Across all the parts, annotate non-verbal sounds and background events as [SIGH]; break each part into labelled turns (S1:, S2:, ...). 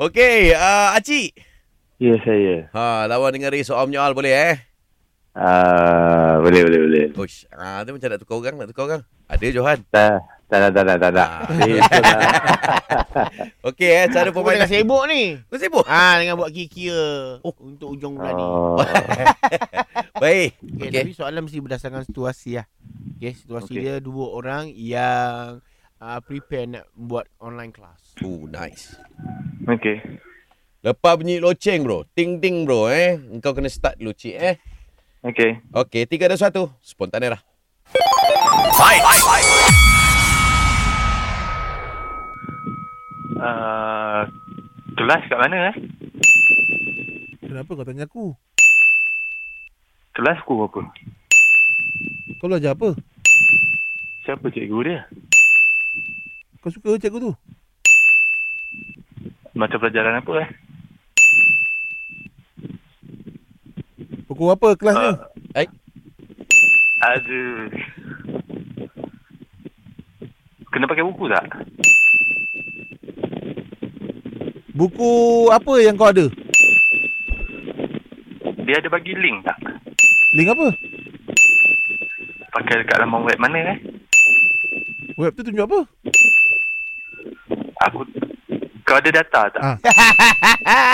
S1: Okey, uh, Acik.
S2: Ya, saya.
S1: Ha, lawan dengan Ray soal menyoal boleh eh?
S2: Ah, boleh, boleh, boleh.
S1: Uish, ah, tu macam nak tukar orang, nak tukar orang. Ada Johan.
S2: Tak, tak nak, tak nak, tak nak.
S1: Ah.
S2: Eh, tak nak.
S1: [LAUGHS] Okey eh, cara
S3: Aku
S1: permainan.
S3: tengah sibuk ni.
S1: Kau sibuk?
S3: Ha dengan buat kikir
S1: Oh.
S3: oh. untuk ujung bulan ni.
S1: Ah.
S2: Oh.
S1: Baik.
S3: Okey,
S1: Okey.
S3: okay. tapi soalan mesti berdasarkan situasi lah. Okey, situasi
S2: Okey.
S3: okay. dia dua orang yang uh, prepare nak buat online class.
S1: Oh, nice.
S2: Okey.
S1: Lepas bunyi loceng bro. Ting ting bro eh. Engkau kena start dulu cik eh.
S2: Okey.
S1: Okey, tiga ada satu. Spontan era.
S2: Ah, kelas kat mana eh?
S4: Kenapa kau tanya aku?
S2: Kelas ku apa?
S4: Kau belajar apa?
S2: Siapa cikgu dia?
S4: Kau suka cikgu tu?
S2: Macam pelajaran apa eh?
S4: Pukul apa kelasnya?
S1: Eh?
S2: Ah. Aduh. Kena pakai buku tak?
S4: Buku apa yang kau ada?
S2: Dia ada bagi link tak?
S4: Link apa?
S2: Pakai dekat laman web mana eh?
S4: Web tu tunjuk apa?
S2: Aku kau ada data tak?
S4: Ah.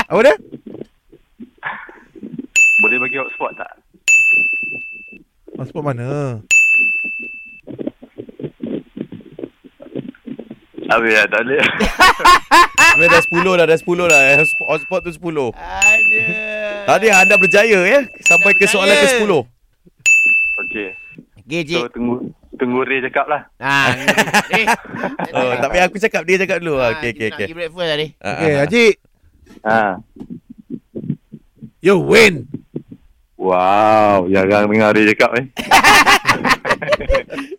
S4: Apa dia?
S2: Boleh bagi hotspot tak?
S4: Pasport mana?
S2: Habis lah, tak
S4: [LAUGHS]
S2: boleh.
S1: Sebenarnya dah sepuluh dah, dah sepuluh dah. Eh. Sp- Hotspot tu sepuluh.
S3: Ada.
S1: Tadi anda berjaya ya. Sampai
S3: Anda
S1: ke soalan
S3: berjaya.
S1: ke sepuluh.
S2: Okey.
S3: Okey, cik.
S2: So tunggu tunggu Ray cakap lah.
S1: [LAUGHS]
S3: Ha. ni. ni.
S1: Oh, tak payah aku cakap, dia cakap dulu. Ah,
S3: Ha,
S1: Okey,
S3: kita
S1: okey,
S3: nak
S1: okey.
S3: pergi breakfast lah, tadi.
S1: Ah,
S4: Okey,
S1: ah, ah.
S4: Haji.
S2: Ha.
S4: You win.
S2: Wow, jarang dengar Ray cakap eh.